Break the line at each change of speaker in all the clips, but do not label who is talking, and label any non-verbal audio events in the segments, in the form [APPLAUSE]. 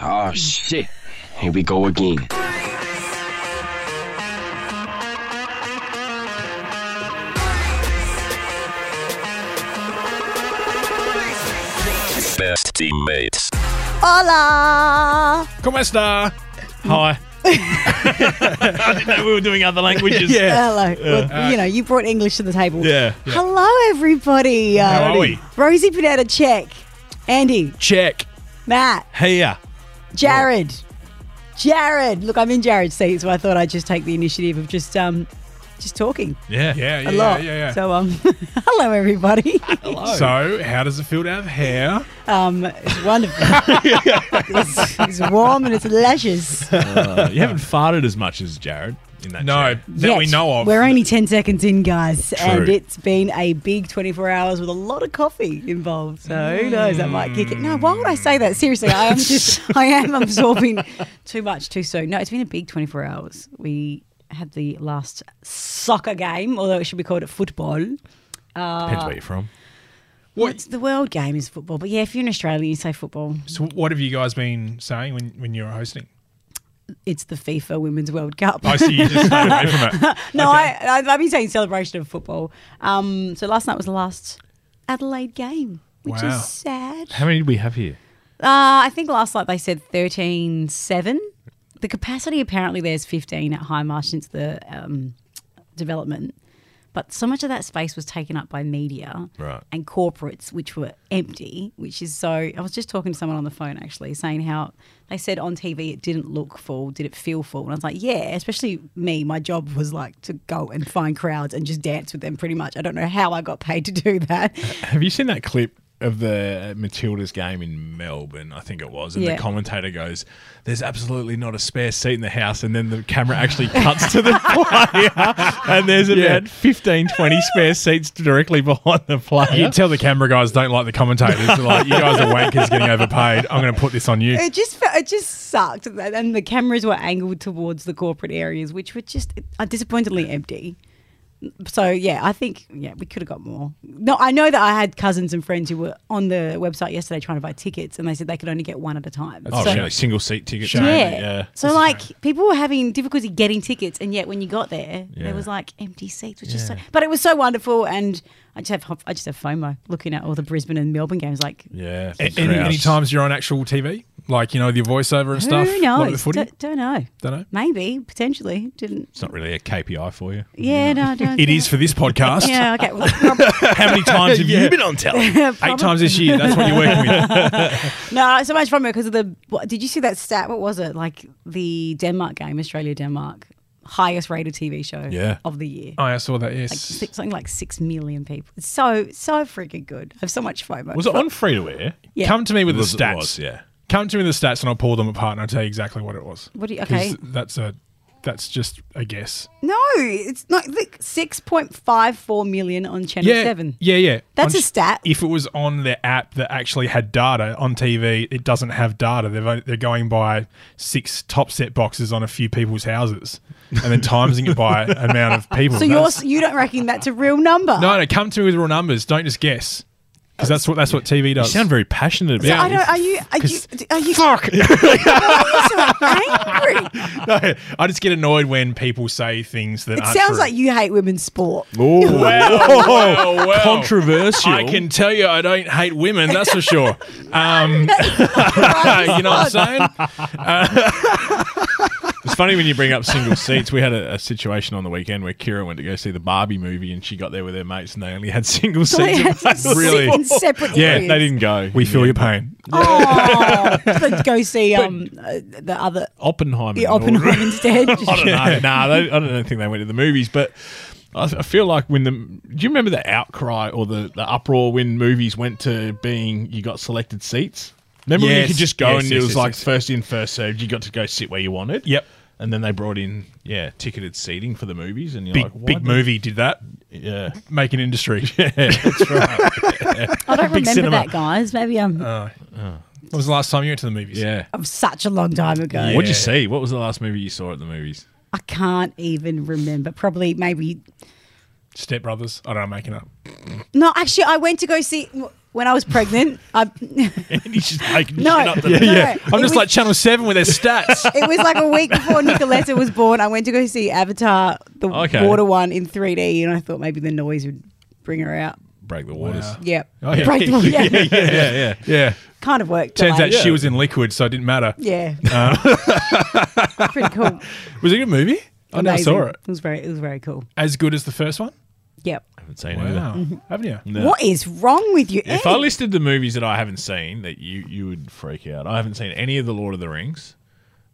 Oh shit. Here we go again.
Best teammates.
Hola!
Come esta? [LAUGHS]
Hi. I didn't know we were doing other languages.
Yeah.
Hello. Uh, Well, you know, you brought English to the table.
Yeah.
Hello, everybody. Uh,
How are we?
Rosie Panetta, check. Andy,
Check.
Matt,
Here.
Jared. Jared. Look, I'm in Jared's seat, so I thought I'd just take the initiative of just um, just talking
Yeah.
Yeah, yeah,
a lot.
yeah, yeah.
So, um, [LAUGHS] hello, everybody. [LAUGHS]
So, how does it feel to have hair?
Um, it's wonderful. it's, it's warm and it's luscious.
Uh, you haven't farted as much as Jared in that.
No,
chat.
that we
Yet.
know of.
We're only 10 seconds in, guys. And
True.
it's been a big 24 hours with a lot of coffee involved. So who knows? That might kick it. No, why would I say that? Seriously, I am just,
[LAUGHS]
I am absorbing too much too soon. No, it's been a big 24 hours. We had the last soccer game, although it should be called football.
Depends where you're from.
It's the world game is football. But yeah, if you're in Australia, you say football.
So, what have you guys been saying when, when you're hosting?
It's the FIFA Women's World Cup.
I see you just stayed away from it.
[LAUGHS] No, I, I, I've been saying celebration of football. Um, so last night was the last Adelaide game, which
Wow.
is sad.
[LAUGHS]
Uh,
How many did we have here?
I think last night they said 13 7. The capacity apparently there's 15 at High Marsh since the um, development. But so much of that space was taken up by media
Right.
and corporates, which were empty, which is so. I was just talking to someone on the phone actually, saying how they said on TV it didn't look full, did it feel full? And I was like, yeah, especially me. My job was like to go and find crowds and just dance with them pretty much. I don't know how I got paid to do that.
Have you seen that clip of the Matildas game in Melbourne? I think it was, and
Yeah.
the commentator goes, "There's absolutely not a spare seat in the house," and then the camera actually cuts to the [LAUGHS] player, and there's about 15, 20 spare seats directly behind the
You
player.
tell the camera guys don't like the commentators. They're like, you guys are wankers getting overpaid. I'm going to put this on you.
It just fe- it just sucked, and the cameras were angled towards the corporate areas, which were just uh, disappointingly empty. So yeah, I think yeah we could have got more. No, I know that I had cousins and friends who were on the website yesterday trying to buy tickets, and they said they could only get one at a time.
Oh,
So-
shame, like single seat tickets.
yeah.
only, yeah.
So like people were having difficulty getting tickets, and yet when you got there,
Yeah.
there was like empty seats, which is so. But it was so wonderful, and I just have ho- I just have FOMO looking at all the Brisbane and Melbourne games. Like
Yeah.
A- Any, any times you're on actual TV, like you know the voiceover and stuff.
who
a lot of the
knows?
footy?
Don't, don't know.
Don't know.
Maybe potentially didn't
It's not really a KPI for you.
Yeah, no, no.
[LAUGHS] It is for this podcast.
Yeah, okay. Well, prob-
[LAUGHS]
[LAUGHS]
How many times have you been on telly? Eight times this year. That's what you're
[LAUGHS]
working with.
no, so much from it because of the. What, did you see that stat? What was it? Like the Denmark game, Australia Denmark, highest rated TV show
Yeah.
of the year.
Oh, yeah, I saw that.
Like
Yes.
six, something like six million people. It's so so freaking good. I have so much FOMO.
Was it on free to air?
Yeah.
Come to me with
Was-
the stats.
was, yeah.
Come to me with the stats, and I'll pull them apart, and I'll tell you exactly what it was.
What do you-
'Cause
okay.
That's a. That's just a guess.
No, it's not. Look, six point five four million on Channel
Yeah.
Seven.
Yeah, yeah.
That's
On
a
sh-
stat.
If it was on their app that actually had data on TV, it doesn't have data. They've only, they're going by six top set boxes on a few people's houses, and then timesing it by [LAUGHS] amount of people.
So you're,
That's-
you don't reckon that's a real number?
[LAUGHS] no, no. Come to me with real numbers. Don't just guess, because that's what that's what TV
You
does.
sound very passionate about
So I
this.
don't. Are you? Are
[LAUGHS]
you? Are you?
fuck.
Are you so angry?
[LAUGHS] no, I just get annoyed when people say things that
It
aren't
sounds
true.
like you hate women's sport. [LAUGHS]
[LAUGHS] Oh,
Well, well, well.
Controversial.
I can tell you, I don't hate women. That's
[LAUGHS]
for sure. Um, [LAUGHS] you know what I'm saying? Uh, [LAUGHS]
It's funny when you bring up single seats. We had a, a situation on the weekend where Kira went to go see the Barbie movie and she got there with her mates and they only had single
So they
seats.
had to
[LAUGHS]
sit
available.
in separate
Yeah,
areas.
they didn't go.
We feel your pain.
Oh, let's go see um uh, the other
Oppenheimer.
the
[LAUGHS]
Oppenheimer instead.
I
[LAUGHS]
don't know. Nah, they, I don't think they went to the movies, but. I I feel like when the do you remember the outcry or the, the uproar when movies went to being you got selected seats? Remember when you
Yes,
could just go
yes,
and it
yes,
was
yes,
like
yes.
first in first served, you got to go sit where you wanted.
Yep.
And then they brought in yeah ticketed seating for the movies and you're
Big
like why
big
did-
movie did that.
Yeah.
Make an industry.
I don't
Big
remember
cinema. Uh,
that, guys. Maybe I'm
When was the last time you went to the movies?
Yeah.
of such a long time ago.
What'd you see? What was the last movie you saw at the movies?
I can't even remember. Probably maybe
Step Brothers. I don't know, I'm making up.
no. Actually, I went to go see. when I was pregnant, I [LAUGHS]
And he's just making
No.
shit up. to-
Yeah,
No,
yeah.
no,
I'm
it
just
was-
like Channel 7 with their stats.
[LAUGHS] it was like a week before Nicoletta was born. I went to go see Avatar, the
Okay.
water one in 3D, and I thought maybe the noise would bring her out.
[LAUGHS] Break the waters.
Yep.
Oh, yeah. [LAUGHS]
Break the-
[LAUGHS]
yeah.
Yeah, yeah, yeah.
yeah.
Kind of worked.
Turns out
delayed.
she was Uh. in liquid, so it didn't matter.
Yeah. [LAUGHS] Pretty cool.
Was it a good movie? [LAUGHS] I never
Amazing.
saw it.
It was very, it was very cool.
As good as the first one?
Yep.
Haven't seen it either.
Wow. Haven't you?
No.
What is wrong with you?
If
Ed?
I listed the movies that I haven't seen, that you you would freak out. I haven't seen any of the Lord of the Rings,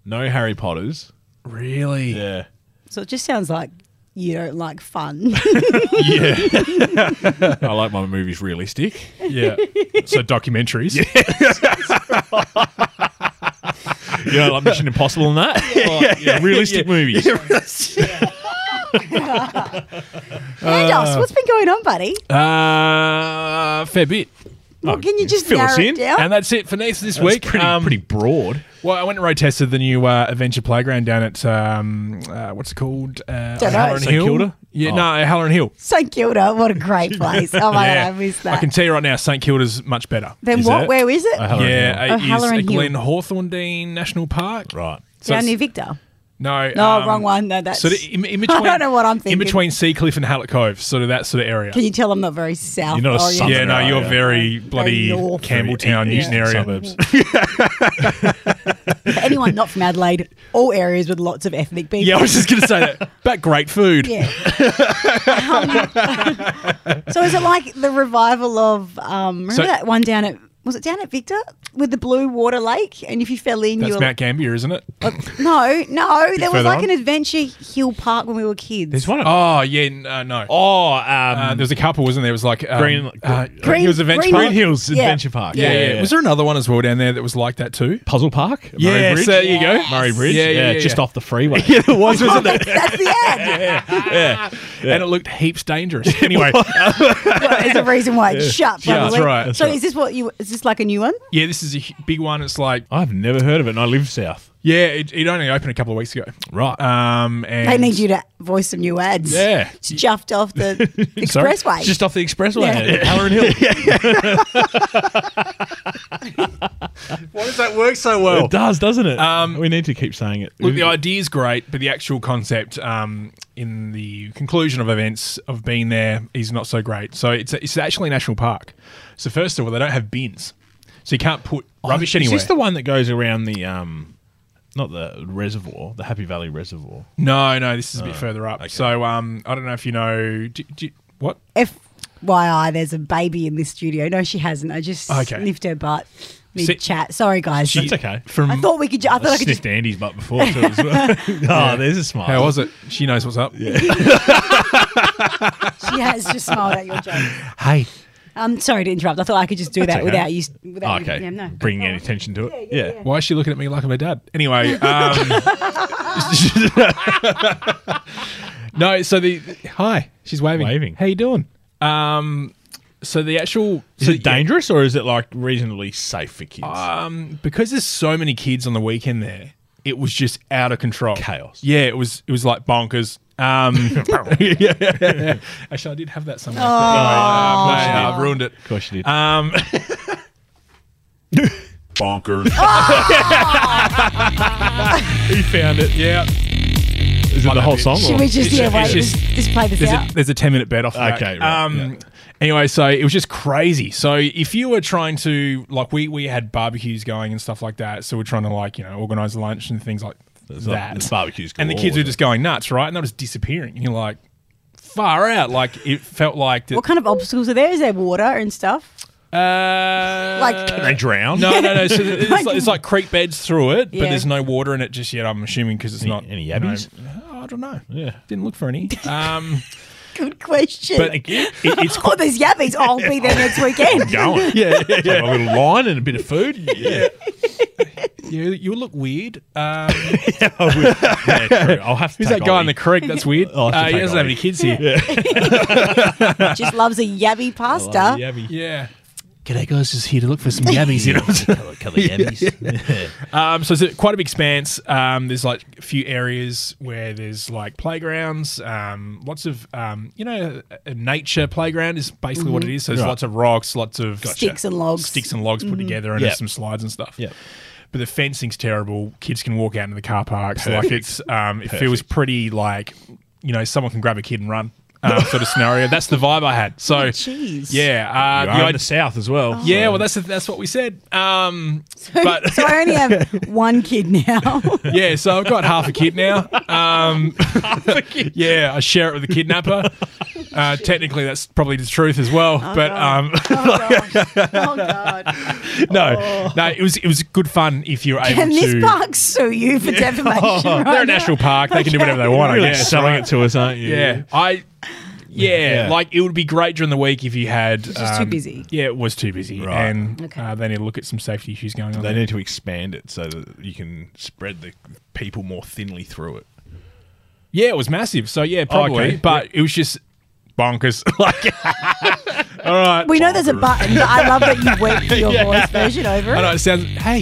no Harry Potter's.
Really?
Yeah,
so it just sounds like you don't like
[LAUGHS]
fun.
yeah. [LAUGHS] I like my movies realistic.
Yeah. so documentaries.
You know, like Mission Impossible and that. Like, yeah, realistic movies.
Andos, what's been going on, buddy?
Uh, fair bit.
Well, can you just
fill us
narrow it
in.
down?
And that's it for Nate this
That's
week.
pretty
Um,
pretty broad.
Well, I went and road tested the new uh, adventure playground down at um, uh, what's it called? Uh,
Don't know.
Halloran
St
Hill.
Kilda?
Yeah,
Oh.
no, Halloran Hill.
St Kilda, what a great
[LAUGHS]
place! Oh my god, I miss that.
I can tell you right now, St Kilda's much better.
then
Is
what?
it?
Where is it?
Oh,
Uh-huh.
Halloran
yeah,
Hill.
it
Oh,
is
Halloran
a
Hill.
Glen Hawthorndean National Park.
Right.
So
Down
it's-
near Victor.
no,
No,
um,
wrong one. No, that's.
Sort of
[LAUGHS]
in, in
I
between.
don't know what I'm thinking.
In between Seacliff and Hallett Cove, sort of that sort of area.
Can you Oh, tell I'm not very south?
You're not a
oriented?
southern
Yeah, no,
Right,
you're
yeah.
very bloody
north.
Campbelltown,
Very
Newton
eastern
area.
suburbs.
[LAUGHS] For anyone not from Adelaide, all areas with lots of ethnic people.
Yeah, I was just going to say that. But great
[LAUGHS]
food.
Yeah. Um, so is it like the revival of um, remember
So-
that one down at was it down at Victor with the blue water lake? And if you fell in, you
That's
were
Mount Gambier, isn't it?
no, no. There was
further
like an
on?
adventure hill park when we were kids.
There's one. Oh,
[LAUGHS] Oh, yeah, n- uh, no.
oh um,
Uh, there was a couple, wasn't there? It was like um,
Green-
uh,
Green-
it was Adventure
Green-
Park.
Green Hills
Yeah.
Adventure Park.
Yeah, yeah, Was there another one as well down there that was like that too?
Puzzle Park? at Murray
Yes,
Bridge?
there you go.
Murray Bridge.
Yeah, yeah, yeah,
just
yeah.
off the [LAUGHS]
[LAUGHS]
freeway.
[LAUGHS] it was, wasn't it?
That's the end.
[LAUGHS] And it looked heaps [LAUGHS] dangerous. Anyway,
Well, There's a reason why it's shut. by
Yeah,
the
that's
way.
right, that's
so
right.
is this what you? Is this like a new one?
yeah, this is a hu- big one. It's like,
I've never heard of it, and I live south.
yeah, it, it only opened a couple of weeks ago.
Right.
Um, and
They need you to voice some new ads.
Yeah.
It's juffed off the
[LAUGHS]
expressway.
Just off the expressway.
Yeah.
at Halloran Hill.
[LAUGHS] Why does that work so well?
It does, doesn't it? Um, we need to keep saying it.
Look, the idea is great, but the actual concept um, in the conclusion of events of being there is not so great. So it's it's actually a national park. So first of all, they don't have bins, so you can't put rubbish anywhere.
Oh, Is this the one that goes around the um, not the reservoir, the Happy Valley Reservoir?
no, no, this is a
Oh,
bit further up. So um, I don't know if you know do, do, what.
FYI, there's a baby in this studio. No, she hasn't. I just
Okay.
sniffed her butt mid
See-
chat. Sorry, guys.
That's okay.
From
I thought we could. ju- I thought I, could
sniffed
just.
Andy's butt before. So it was,
[LAUGHS]
[LAUGHS] oh, there's a smile.
how was it? She knows what's up.
She has just smiled at your joke.
Hey.
I'm sorry to interrupt. I thought I could just do that
okay.
without you. Without
Oh,
you-
okay.
yeah, no.
Bringing any attention to it. Yeah.
Why is she looking at me like I'm her dad? Anyway, um, [LAUGHS] no. So the hi, she's waving.
Waving.
How you doing? Um, so the actual
Is
so
it dangerous or is it like reasonably safe for kids?
um, because there's so many kids on the weekend there, it was just out of control.
Chaos.
Yeah, it was. It was like bonkers. [LAUGHS] Um, yeah. Actually, I did have
Oh.
that somewhere. but, uh, no, I've ruined it.
of course you did. [LAUGHS]
Um,
bonkers.
Oh.
he found it.
yeah.
Is it the whole
bit.
song?
Should
or-
we just
It's
yeah,
just-
wait,
it's
just,
just-
just play this
There's
out?
a, there's a 10 minute bed off of
Okay,
that.
right,
um,
yeah.
Anyway, so it was just crazy. So if you were trying to, like, we, we had barbecues going and stuff like that. So we're trying to, like, you know, organize lunch and things like
There's like-
that.
there's barbecues
and the
galore,
kids were
isn't
just going nuts, right? And they were just disappearing. And you're like, far out. Like, it felt like. The,
what kind of obstacles are there? Is there water and stuff?
uh,
Like-
Can they drown?
No, no,
[LAUGHS]
no. So it's, like, it's like creek beds through it,
Yeah.
but there's no water in it just yet. I'm assuming because it's not
any
you know,
yabbies?
I don't know.
Yeah.
didn't look for any. Um,
[LAUGHS] Good question.
but it, it's
oh, there's yabbies. Oh, I'll be there next
[LAUGHS]
weekend.
Going.
[LAUGHS] yeah, yeah,
Like a little line and a bit of food. Yeah.
[LAUGHS] You, you look weird. Uh,
Yeah, true. I'll have to
who's
take
that guy in
Ollie.
the creek? That's
[LAUGHS]
weird.
Oh,
I'll have to
Uh, he
take
doesn't have
Ollie.
any kids here. [LAUGHS] Oh,
Just loves a yabby pasta.
Yeah,
Yeah.
G'day, guys. Just here to look for some
yabbies, you know.
[LAUGHS]
couple, [LAUGHS] couple of yabbies.
Um, so it's a- quite a big expanse. Um, there's like a few areas where there's like playgrounds, um, lots of um, you know, a a nature playground is basically what it is. So there's
Right.
lots of rocks, lots of
Mm-hmm. Sticks and logs. Mm-hmm.
sticks and logs put together, and
Yep.
there's some slides and stuff.
Yep.
But the fencing's terrible. Kids can walk out into the car parks. Like it's, um, it feels pretty like, you know, someone can grab a kid and run um, sort of scenario. That's the vibe I had. So,
Oh, jeez.
yeah, uh,
You
the
are in
idea-
the south as well.
yeah.
Um,
Well, that's the, that's what we said. Um,
[LAUGHS]
but
so I only have one kid
[LAUGHS]
now. Oh,
yeah, so I've got half a kid now.
[LAUGHS]
Um, yeah, I share it with the kidnapper. Uh, technically, that's probably the truth as well. but um, [LAUGHS]
oh God!
no, no, it was it was good fun if you're able
Oh. Can
to.
this park sue you for
[LAUGHS]
defamation? right
Oh, They're
now?
a national park; they can do whatever they want.
Really
I guess.
selling
right?
it to us, aren't you?
Yeah, I. Yeah,
Yeah.
like it would be great during the week if you had. It was
just too busy.
Yeah, it was too busy,
Right.
and
Okay.
uh, they need to look at some safety issues going on.
They
there.
need to expand it so that you can spread the people more thinly through it. Oh,
Yeah, it was massive. So yeah, probably,
Okay.
but it was just bonkers. [LAUGHS] like, all right.
We know there's a button. But I love that you
[LAUGHS]
went for your voice version over
I know
it.
it sounds.
Mm.
Hey,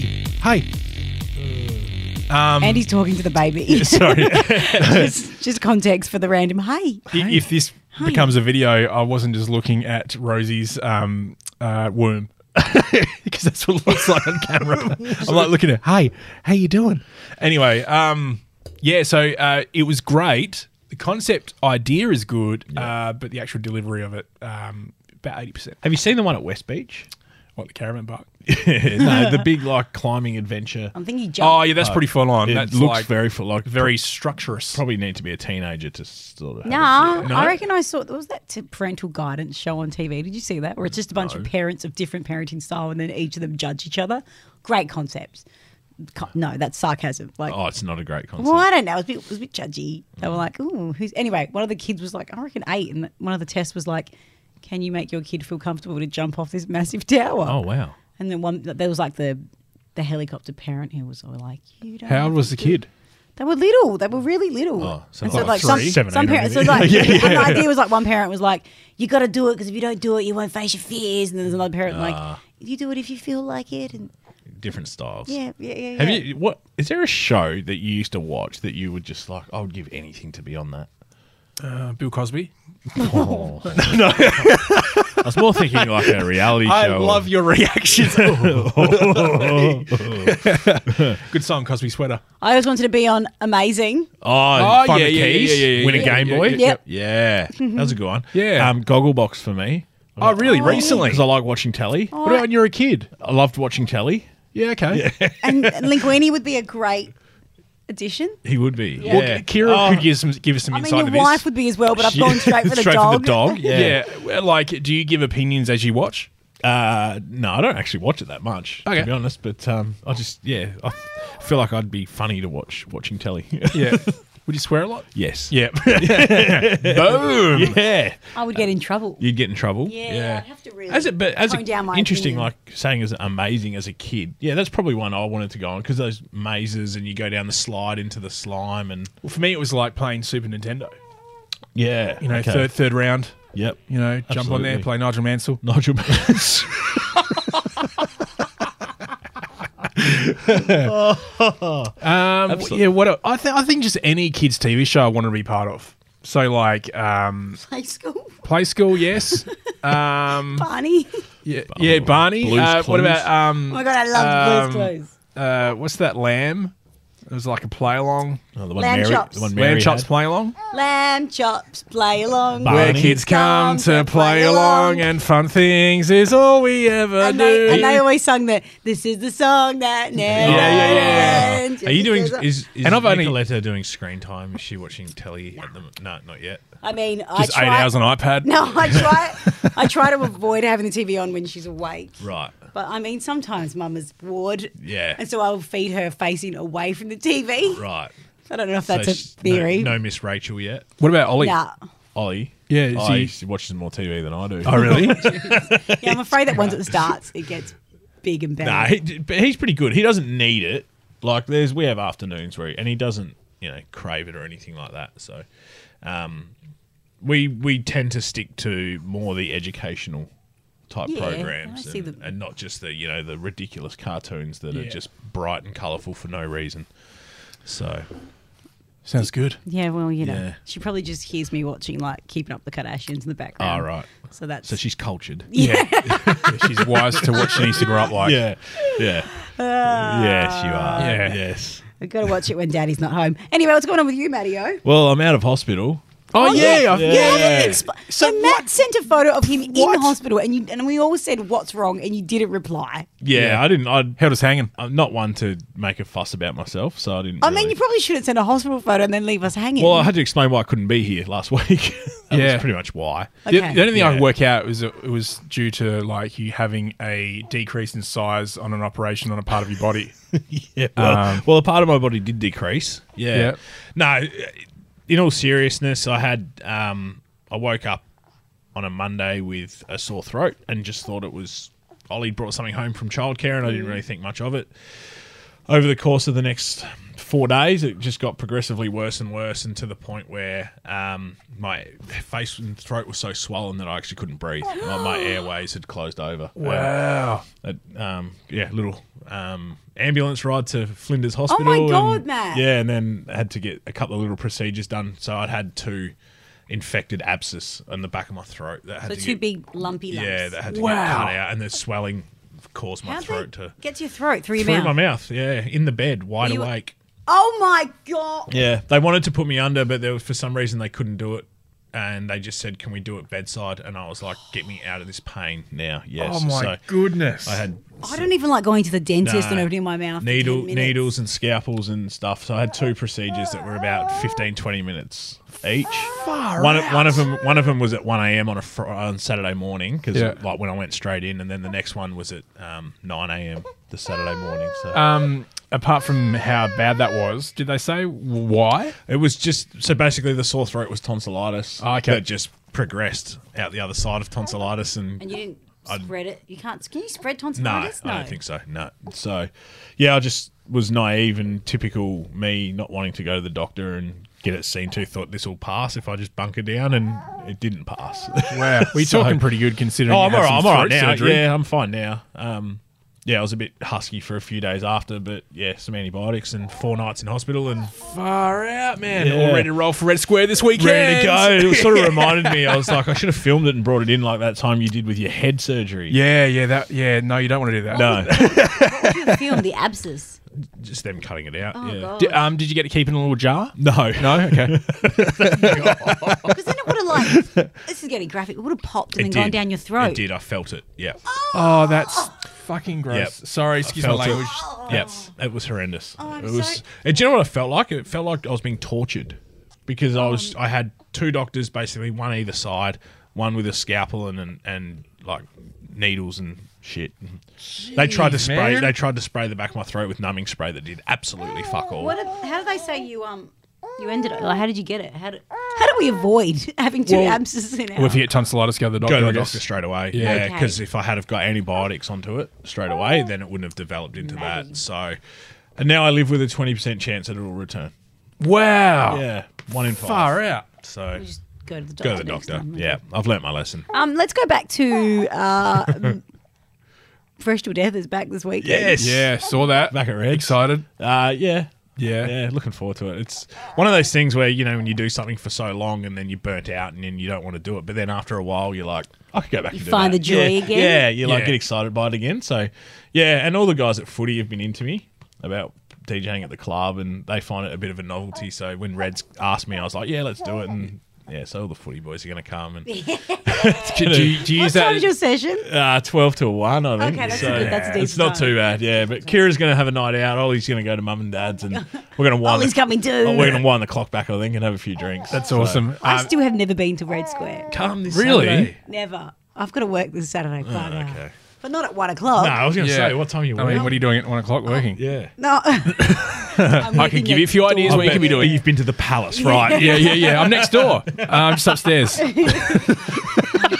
hey.
Um,
And he's talking to the baby.
Sorry.
[LAUGHS]
[LAUGHS]
just, just context for the random. Hey,
I- if this becomes a video, I wasn't just looking at Rosie's um, uh, womb [LAUGHS] because that's what it looks like on camera. [LAUGHS] I'm like looking at, hey, how you doing? Anyway, um, yeah, so uh, it was great. The concept idea is good, uh, but the actual delivery of it, um, about eighty percent.
Have you seen the one at West [LAUGHS] Beach?
What the caravan park?
no, the big [LAUGHS] like climbing adventure.
I'm thinking
Oh
jump.
yeah, that's pretty full on.
It
That
looks
looks very
very for Um, like very.
very structurous.
Probably need to be a teenager to sort of. have
Nah,
No?
I reckon I saw there was that t- parental guidance show on TV. Did you see that? Where it's just a bunch of parents of different parenting style, and then each of them judge each other. Great concepts. Co- No, that's sarcasm. Like,
it. Oh, it's not a great concept.
well, I don't know. It was a bit, it was a bit judgy. They were like, "Ooh, who's?" Anyway, one of the kids was like, "I reckon eight, and one of the tests was like, "Can you make your kid feel comfortable to jump off this [LAUGHS] massive tower?"
Oh wow.
And then one, there was like the the helicopter parent who was all like, "You don't."
How old was the kid?
They were little. They were really little.
Oh, so
and
like
so like some,
three? Seven,
some
eight,
parents. So
maybe.
like
[LAUGHS] Yeah, yeah.
and the idea was like one parent was like, "You got to do it because if you don't do it, you won't face your fears." And then there's another parent
Ah.
like, "You do it if you feel like it." And
Different styles.
yeah, yeah, yeah.
Have
yeah.
you what? Is there a show that you used to watch that you would just like? I would give anything to be on that.
Uh, Bill Cosby.
Oh. no, I was more thinking like a reality
[LAUGHS] I
show.
love your
[LAUGHS]
reactions. Good song, Cosby Sweater.
I always wanted to be on Amazing.
Oh, oh
yeah, yeah,
keys,
yeah, yeah, yeah,
win a
yeah,
Game
yeah,
Boy.
yeah,
Yep.
Yeah, that was a good one.
Yeah.
um, Gogglebox for me.
Oh, really? Recently?
because I like watching telly.
What about when you were a kid?
I loved watching telly.
Yeah, okay.
and Linguini would be a great addition.
He would be.
Well,
Oh.
Kira could give, some, give us some
I mean,
insight
your
to this.
wife would be as well, but
[LAUGHS]
I've gone straight for the
Straight
dog.
for the dog. Yeah.
yeah. well, like, do you give opinions as you watch?
Uh, no, I don't actually watch it that much.
Okay.
To be honest, but um, I just yeah, I f- feel like I'd be funny to watch watching telly. [LAUGHS]
Yeah. would you swear a lot?
yes. [LAUGHS]
Yeah. [LAUGHS] Boom.
Yeah.
I would get in trouble.
You'd get in trouble.
Yeah,
Yeah.
I'd have to really.
As it, but as a,
tone down my
interesting,
opinion.
like saying as amazing as a kid. Yeah, that's probably one I wanted to go on because those mazes and you go down the slide into the slime and
Well, for me, it was like playing Super Nintendo.
yeah,
You know, third third round.
Yep.
You know, jump on there,
Absolutely.
play Nigel Mansell.
[LAUGHS] Nigel Mansell. [LAUGHS]
Um, yeah, what el- I, th- I think just any kids' TV show I want to be part of. So like um,
Play school, [LAUGHS]
play school,
[LAUGHS]
yes. um,
Barney.
yeah, yeah, Barney.
Blue's
Uh, what
Clues.
about um,
oh my god, I love
Um,
those clothes.
uh, what's that lamb? It was like a play along.
Oh, the one
Lamb
Mary,
chops.
the one Mary
Lamb chops
had.
play along.
Lamb chops, play along.
Barney.
Where kids come to play along and fun things is all we ever
And
do.
they, and they always sung that. This is the song that never
Yeah, yeah, yeah,
ends.
Are you doing?
This is the-
Is, is
And I've only-
Nicoletta doing screen time? Is she watching telly at the? m- No, not yet.
I mean, I
Just
try.
eight hours on iPad.
no, I try. I try to avoid having the TV on when she's awake.
Right.
But I mean, sometimes Mum is bored.
Yeah.
And so I'll feed her facing away from the TV.
Right.
I don't know if
So
that's
she's-
a theory.
No, no Miss Rachel yet.
What about Ollie?
Nah.
Ollie.
Yeah, is
Ollie,
he-
she watches more TV than I do.
Oh,
[LAUGHS]
really?
Yeah, I'm afraid that once it starts, it gets big and bad.
Nah, he, but he's pretty good. He doesn't need it. Like there's we have afternoons where he, and he doesn't, you know, crave it or anything like that. So, um, we we tend to stick to more the educational type
Yeah,
programs
I
and,
see the-
and not just the you know the ridiculous cartoons that are
Yeah.
just bright and colourful for no reason. So
Sounds good.
Yeah, well, you know,
Yeah.
she probably just hears me watching like Keeping Up the Kardashians in the background.
all Ah, right,
So that's
so she's cultured.
Yeah.
[LAUGHS]
she's wise to what she needs to grow up like.
Yeah, yeah,
Ah.
yes, you are.
Yeah.
yes.
I've got to watch it when Daddy's not home. Anyway, what's going on with you, Matteo?
Well, I'm out of hospital.
Oh, yeah. I've-
Yeah.
Expl- so Matt sent a photo of him in
What?
hospital, and you and we all said, "What's wrong?" and you didn't reply.
Yeah, I didn't. I
Held us hanging.
I'm not one to make a fuss about myself, so I didn't.
I
really-
mean, you probably shouldn't send a hospital photo and then leave us hanging.
Well, I had to explain why I couldn't be here last [LAUGHS] week. that
Yeah.
was pretty much why.
The,
Okay.
the only thing I
Yeah.
could work out was it it was due to like you having a decrease in size on an operation on a part of your body.
[LAUGHS] Yeah, well, well, a part of my body did decrease.
Yeah.
Yeah. No, in all seriousness, I had um, I woke up on a Monday with a sore throat and just thought it was Ollie brought something home from childcare, and I didn't really think much of it. Over the course of the next four days, it just got progressively worse and worse, and to the point where um, my face and throat was so swollen that I actually couldn't breathe. my, my airways had closed over. Um,
Wow.
a um, yeah, little um, ambulance ride to Flinders Hospital.
Oh my God,
and-
Matt.
Yeah, and then had to get a couple of little procedures done. So I'd had two infected abscess on the back of my throat that had
so
to
two
get,
big lumpy lumps.
yeah, that had to
Wow.
get cut out, and the swelling caused my
How'd
throat
they
to
get to your throat through your
through
mouth?
my mouth. Yeah, in the bed, wide
You-
awake.
Oh my god!
Yeah, they wanted to put me under, but there was, for some reason they couldn't do it. And they just said, "Can we do it bedside?" And I was like, "Get me out of this pain now!" Yes.
Oh my
So
goodness.
I had
I don't even like going to the dentist and
No.
opening my mouth. for 10
needle
minutes.
needles and scalpels and stuff so i had two procedures that were about 15 20 minutes each
Far
one, of- one of them one of them was at 1 a.m on a fr- on saturday morning because
Yeah.
like when i went straight in and then the next one was at um, 9 a.m the saturday morning so
Um, apart from how bad that was, did they say why?
it was just so basically the sore throat was tonsillitis
Oh, okay.
that just progressed out the other side of tonsillitis and
And you didn't spread it. You can't. Can you spread
No,
tonsillitis?
I don't think so. No. So, yeah, I just was naive and typical me not wanting to go to the doctor and get it seen to. Thought this will pass if I just bunker down, and it didn't pass. [LAUGHS]
[LAUGHS] Wow. We're
So-
talking pretty good considering.
oh,
you
I'm
had
all right.
some
I'm all right
throat
now.
surgery.
Yeah, I'm fine now. Um, yeah, I was a bit husky for a few days after, but yeah, some antibiotics and four nights in hospital and
Far out, man.
Yeah.
All ready to roll for Red Square this weekend.
ready to go. It was- [LAUGHS] sort of reminded me. I was like, I should have filmed it and brought it in like that time you did with your head surgery.
Yeah, yeah, that. Yeah, no, you don't want to do that.
[LAUGHS] No,
so. Film the abscess.
just them cutting it out.
Oh
yeah.
god!
Did, um, did you get to keep it in a little jar?
No, no, [LAUGHS]
Okay.
Because then it would have like
[LAUGHS]
this is getting graphic. It would have popped and then gone down your throat.
It did. I felt it. Yeah.
oh, that's fucking gross.
Yep.
Sorry, excuse my
felt it.
language.
Yeah. It was horrendous.
Oh. I'm
it was.
so-
And do you know what I felt like? It felt like I was being tortured because I was.
Um.
I had two doctors, basically one either side, one with a scalpel and and, and like needles and shit. they tried to
Jeez,
spray.
man.
They tried to spray the back of my throat with numbing spray that did absolutely fuck all.
Oh, What? Did, how did they say you um? You ended it. Like, how did you get it? How did? How do we avoid [LAUGHS] having two abscesses in our?
Well, if you get tonsillitis, go to the doctor.
Go to the
I guess.
doctor straight away. Yeah,
Okay. Oh.
because if I had have got antibiotics onto it straight away, then it wouldn't have developed into
Maybe.
that. So, and now I live with a twenty percent chance that it will return.
Wow.
Yeah, one in five.
Far out.
So
just go to the doctor.
go to the
next
doctor.
time.
Yeah, I've learnt my lesson.
Um, let's go back to
[LAUGHS]
uh, um, Fresh to Death is back this weekend.
Yeah, saw that.
Back at Regs. [LAUGHS]
Excited.
Uh, yeah.
Yeah.
Yeah, looking forward to it. It's one of those things where, you know, when you do something for so long and then you're burnt out and then you don't want to do it. But then after a while, you're like, I could go back
You
and do
find
that.
the joy
Yeah,
again.
Yeah, you like
Yeah.
get excited by it again. So, yeah, and all the guys at footy have been into me about DJing at the club and they find it a bit of a novelty. So when Reds asked me, I was like, yeah, let's do it. And yeah, so all the footy boys are going to come. And
Do you, do you
What
use
time is your
that?
session?
Uh, 12 to 1, I think.
Okay, that's a
so,
good- that's a
It's
decent
not
time.
too bad, yeah. But Kira's going to have a night out. Ollie's going to go to mum and
[LAUGHS]
dad's, and we're going to wind,
Ollie's
the,
coming Oh, too.
oh, we're going to wind the clock back, I think, and have a few drinks.
That's awesome.
I
Um,
still have never been to Red Square.
Come this
Really?
Saturday.
Never. I've got to work this Saturday. Far out.
okay.
But not at one o'clock.
No, I was going to
yeah.
say, what time you
I
work?
mean, what are you doing at one o'clock working?
yeah.
No. [LAUGHS] I
can give you a few ideas what you could be doing.
You've [LAUGHS] been to the palace, right?
Uh, Yeah, yeah, yeah. I'm next door. Uh, I'm just upstairs.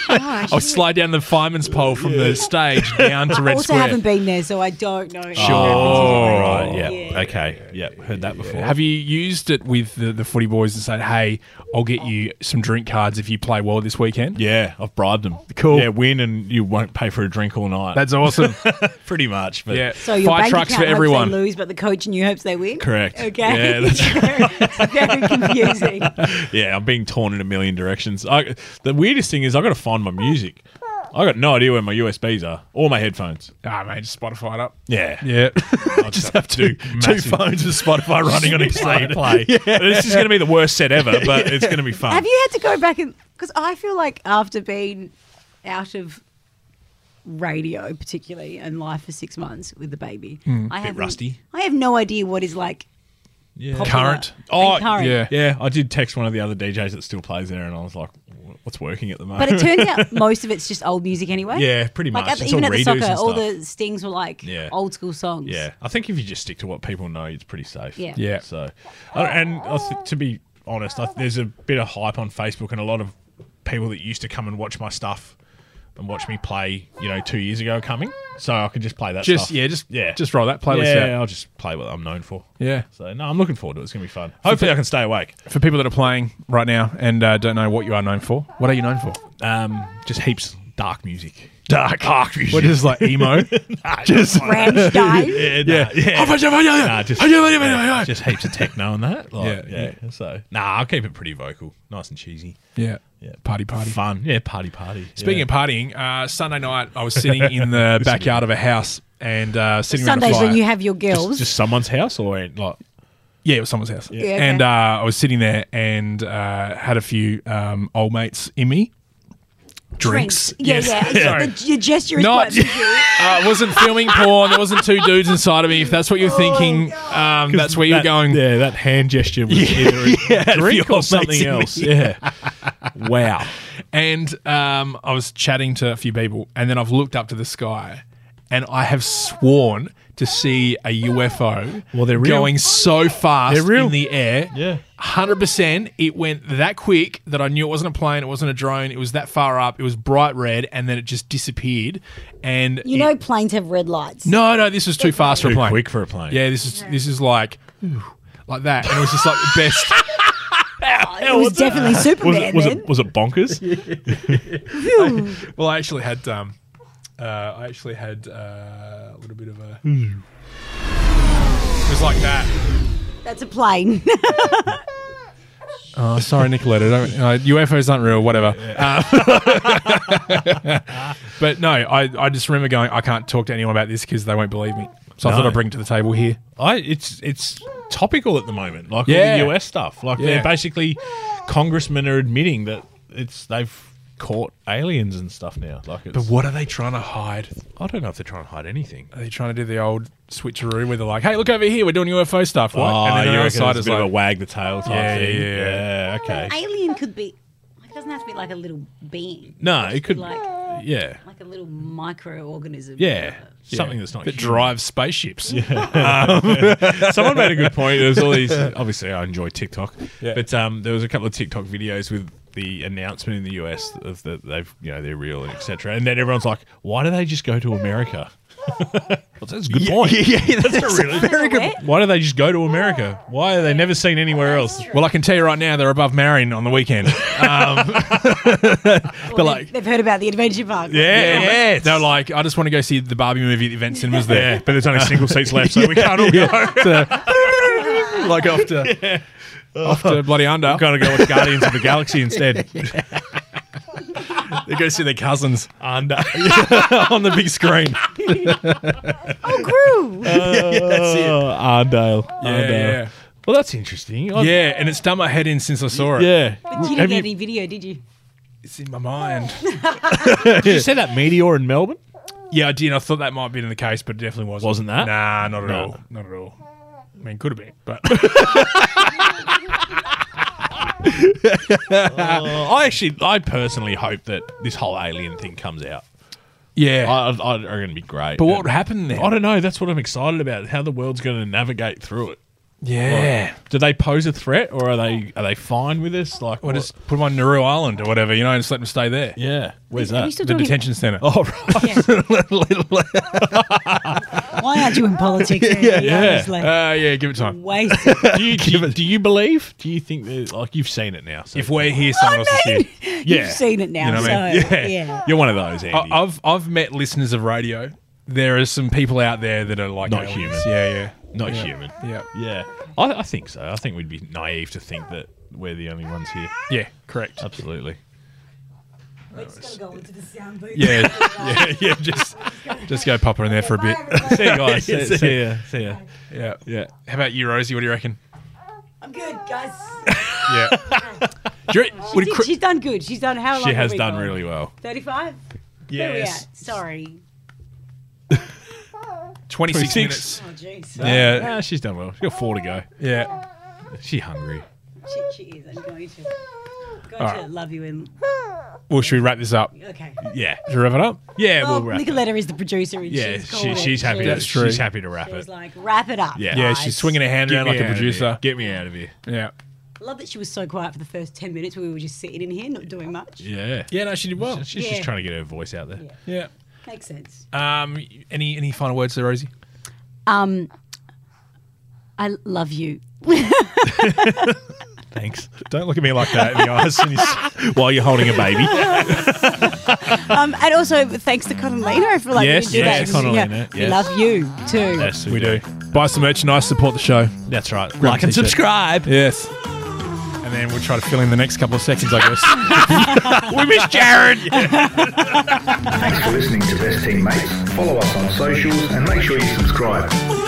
I
I'll slide down the fireman's pole from the stage down to
I
Red
also
Square.
haven't been there, so I don't know. Sure.
Oh, right. Yeah. Okay. Yeah. Heard that before.
Have you used it with the, the footy boys and said, hey, I'll get you some drink cards if you play well this weekend?
Yeah, I've bribed them.
Cool.
Yeah, win and you won't pay for a drink all night.
[LAUGHS]
That's awesome.
Pretty much. But
yeah.
So your
Fire
bank
trucks
account
for
hopes
everyone.
They lose, but the coach and you hopes they win.
correct.
Okay.
Yeah, that's,
[LAUGHS] it's very confusing.
[LAUGHS] yeah, I'm being torn in a million directions. I, the weirdest thing is I've got to find my music. I got no idea where my USBs are or my headphones.
Ah, mate, just Spotify it up.
Yeah.
Yeah.
[LAUGHS] I just have to do two
massive-
phones with Spotify running on each side. [LAUGHS]
play.
This is going to be the worst set ever, but it's going to be fun.
Have you had to go back and because I feel like after being out of radio, particularly and life for six months with the baby, I have
rusty.
I have no idea what is like
Yeah.
popular
Current.
and
Oh,
current.
yeah.
Yeah, I did text one of the other DJs that still plays there, and I was like, "Wh- "What's working at the moment?"
But it turns out [LAUGHS] most of it's just old music anyway.
yeah, pretty much.
Like at,
it's
even
all
at the
redos
soccer,
and
all
stuff.
the stings were like
Yeah.
old school songs.
Yeah, I think if you just stick to what people know, it's pretty safe.
Yeah.
Yeah.
So,
I- and I th- to be honest, I, there's a bit of hype on Facebook, and a lot of people that used to come and watch my stuff and watch me play, you know, two years ago are coming. So I can just play that
Just,
stuff.
yeah, just,
Yeah.
just roll that playlist
yeah,
out.
I'll just play what I'm known for.
Yeah.
So no, I'm looking forward to it. It's gonna be fun. Hopefully, I can stay awake.
For people that are playing right now and uh, don't know what you are known for, what are you known for?
Um, just heaps dark music.
Dark.
Dark music. [LAUGHS]
What is like emo? [LAUGHS]
[LAUGHS]
Oh,
just
[LAUGHS]
Rammstein.
yeah, yeah, Nah, just, yeah, just heaps of techno and that. Like,
Yeah,
yeah, So nah, I'll keep it pretty vocal, nice and cheesy,
yeah. Party, party.
fun. Yeah, party, party.
Speaking of partying, uh, Sunday night I was sitting
[LAUGHS]
in the backyard of a house and uh, sitting
[LAUGHS]
around
Sundays
a fire.
when you have your girls.
just someone's house or like
yeah, it was someone's house.
Yeah, okay.
And uh, I was sitting there and uh, had a few um, old mates in me. Drinks.
Yeah,
Yes.
[LAUGHS]
yeah. So the, your gesture is
Not.
quite visual.
Uh, I wasn't filming porn. There wasn't two dudes inside of me. If that's what
Oh,
you're thinking, um, that's where you're
that-
going.
[LAUGHS] Yeah, that hand gesture was either [LAUGHS] a drink or
amazing.
something else. Yeah. wow.
And um, I was chatting to a few people, and then I've looked up to the sky, and I have sworn to see a UFO.
Well, they're real.
going so fast
They're real.
in the air.
Yeah.
hundred percent. It went that quick that I knew it wasn't a plane, it wasn't a drone, it was that far up, it was bright red, and then it just disappeared. And
You
it-
know, planes have red lights.
no, no, this was too fast for a
Too
plane.
quick for a plane.
Yeah, this is this is like ooh, like that, and it was just like the best.
it was definitely Superman.
[LAUGHS] Was it, was
then.
it was it bonkers?
Well, I actually had um, uh, I actually had uh, a little bit of a. It was like that.
That's a plane. [LAUGHS]
Oh, sorry, Nicoletta. Don't, uh, UFOs aren't real. Whatever. Uh, [LAUGHS] but no, I, I just remember going. I can't talk to anyone about this because they won't believe me. So I thought
No.
I'd bring it to the table here.
I it's it's topical at the moment. Like all
Yeah.
the US stuff. Like
Yeah.
they're basically congressmen are admitting that it's they've caught aliens and stuff now. Like it's,
What are they trying to hide?
I don't know if they're trying to hide anything.
Are they trying to do the old switcheroo where they're like, "Hey, look over here. We're doing UFO stuff." What?
Oh,
and then the
you
other
reckon
side
it's
is
a bit of a
like,
wag the tail type
Yeah,
thing.
yeah, yeah.
yeah, okay.
Alien could be. It doesn't have to be like a little being.
No, it
just
could.
be like-
yeah,
Like a little microorganism.
yeah, something that's not
that
human.
drives spaceships.
Someone made a good point. There's all [LAUGHS] these. Obviously, I enjoy TikTok, but um, there was a couple of TikTok videos with the announcement in the US of that they've you know they're real and etc. And then everyone's like, why do they just go to America? [LAUGHS] well, that's a good [LAUGHS] point. that's a really
Very good.
Why do they just go to America? Why are they never seen anywhere else?
Well, I can tell you right now, they're above Marion on the weekend.
They're like, they've heard about the adventure park.
Yeah, yeah. They're like, I just want to go see the Barbie movie at the event cinemas there.
but there's only single seats left, so we can't all [LAUGHS]
like off to, off to bloody under.
kind of go with Guardians of the
[LAUGHS]
Galaxy [LAUGHS] instead.
They go see their cousins
And, uh,
[LAUGHS] on the big screen.
[LAUGHS] Oh,
[LAUGHS]
grew.
that's it. Uh, Arndale. Yeah,
Yeah, yeah.
Well, that's interesting. I-
Yeah, and it's done my head in since I saw it.
Yeah.
but you didn't
Have
get
you-
any video, did you?
It's in my mind.
Did you see that meteor in Melbourne?
Yeah, I did. I thought that might have been in the case, but it definitely wasn't.
Wasn't that?
Nah, not at
No.
all. Not at all. I mean, could have been, but [LAUGHS]
I actually, I personally hope that this whole alien thing comes out.
yeah.
I, I, I reckon it'd be great.
but what would happen then?
I don't know. That's what I'm excited about. How the world's going to navigate through it.
Yeah.
Do they pose a threat, or are they are they fine with us? Like
Or just put them on Nauru Island or whatever, you know, and just let them stay there.
yeah? Where's
Are
that?
you still
The
doing it?
detention centre. Oh,
[LAUGHS] Why aren't you in politics? yeah,
[LAUGHS] yeah.
uh, yeah, give it time.
Wasted.
[LAUGHS]
do, you, do, you, do you believe? Do you think that like you've seen it now? So
If we're here, someone else is here.
[LAUGHS] You've seen it now,
You know what I [LAUGHS]
so yeah.
you're one of those, Andy.
I, I've I've met listeners of radio. There are some people out there that are like
Not
aliens.
human.
Yeah,
Not human.
yeah, yeah,
Yeah, I, I think so. I think we'd be naive to think that we're the only ones here.
yeah. Correct.
Absolutely.
We're just gonna go into the sound booth.
Yeah,
[LAUGHS]
yeah, yeah. Just just go pop her in there for a bit.
See you
[LAUGHS]
guys. see,
See
see ya. See ya.
Yeah,
Yeah.
How about you, Rosie? What do you reckon?
I'm good, guys. [LAUGHS]
Yeah. Do you re- would
Did-
Chri-
she's done good. She's done how long?
She
have
has
we
done
gone?
really well.
35? Where we
yes,
at? Sorry.
26 minutes.
26.
Oh, jeez.
Yeah,
Nah, she's done well. She's got four to go.
yeah.
She's hungry.
She, she is. I'm going to. Going
All
to
right.
love you and.
Well, should we wrap this up?
Okay.
Yeah.
Should we wrap it up?
Yeah,
Well,
we'll wrap. it.
Nicoletta is the producer and
Yeah,
she's
she,
called
she's
it.
happy.
She,
To,
That's true.
She's happy to wrap
she was
it.
like, wrap it up.
Yeah.
Yeah,
guys."
she's swinging her hand
Get
around
me
like a
out of here.
producer.
Get me out of here.
Yeah.
Love that she was so quiet for the first 10 minutes where we were just sitting in here, not doing much.
Yeah.
Yeah, no, she did well.
She's
Yeah.
just trying to get her voice out there.
Yeah.
Makes sense.
Uh,
Um, any any final words there, Rosie?
Um, I love you.
Thanks.
Don't look at me like that in the
[LAUGHS]
eyes.
While you're holding a baby.
Um, and also thanks to Connellina for letting
Yes,
me do
yes,
that.
Connellina,
We
yes.
love you too.
Yes,
we do. Buy some uh, merchandise, support the show.
That's right.
Grab a t-shirt.
subscribe.
Yes. And then we'll try to fill in the next couple of seconds, I guess. [LAUGHS]
[LAUGHS] We miss Jared.
Thanks for listening to Best Teammates. Follow us on socials and make sure you subscribe.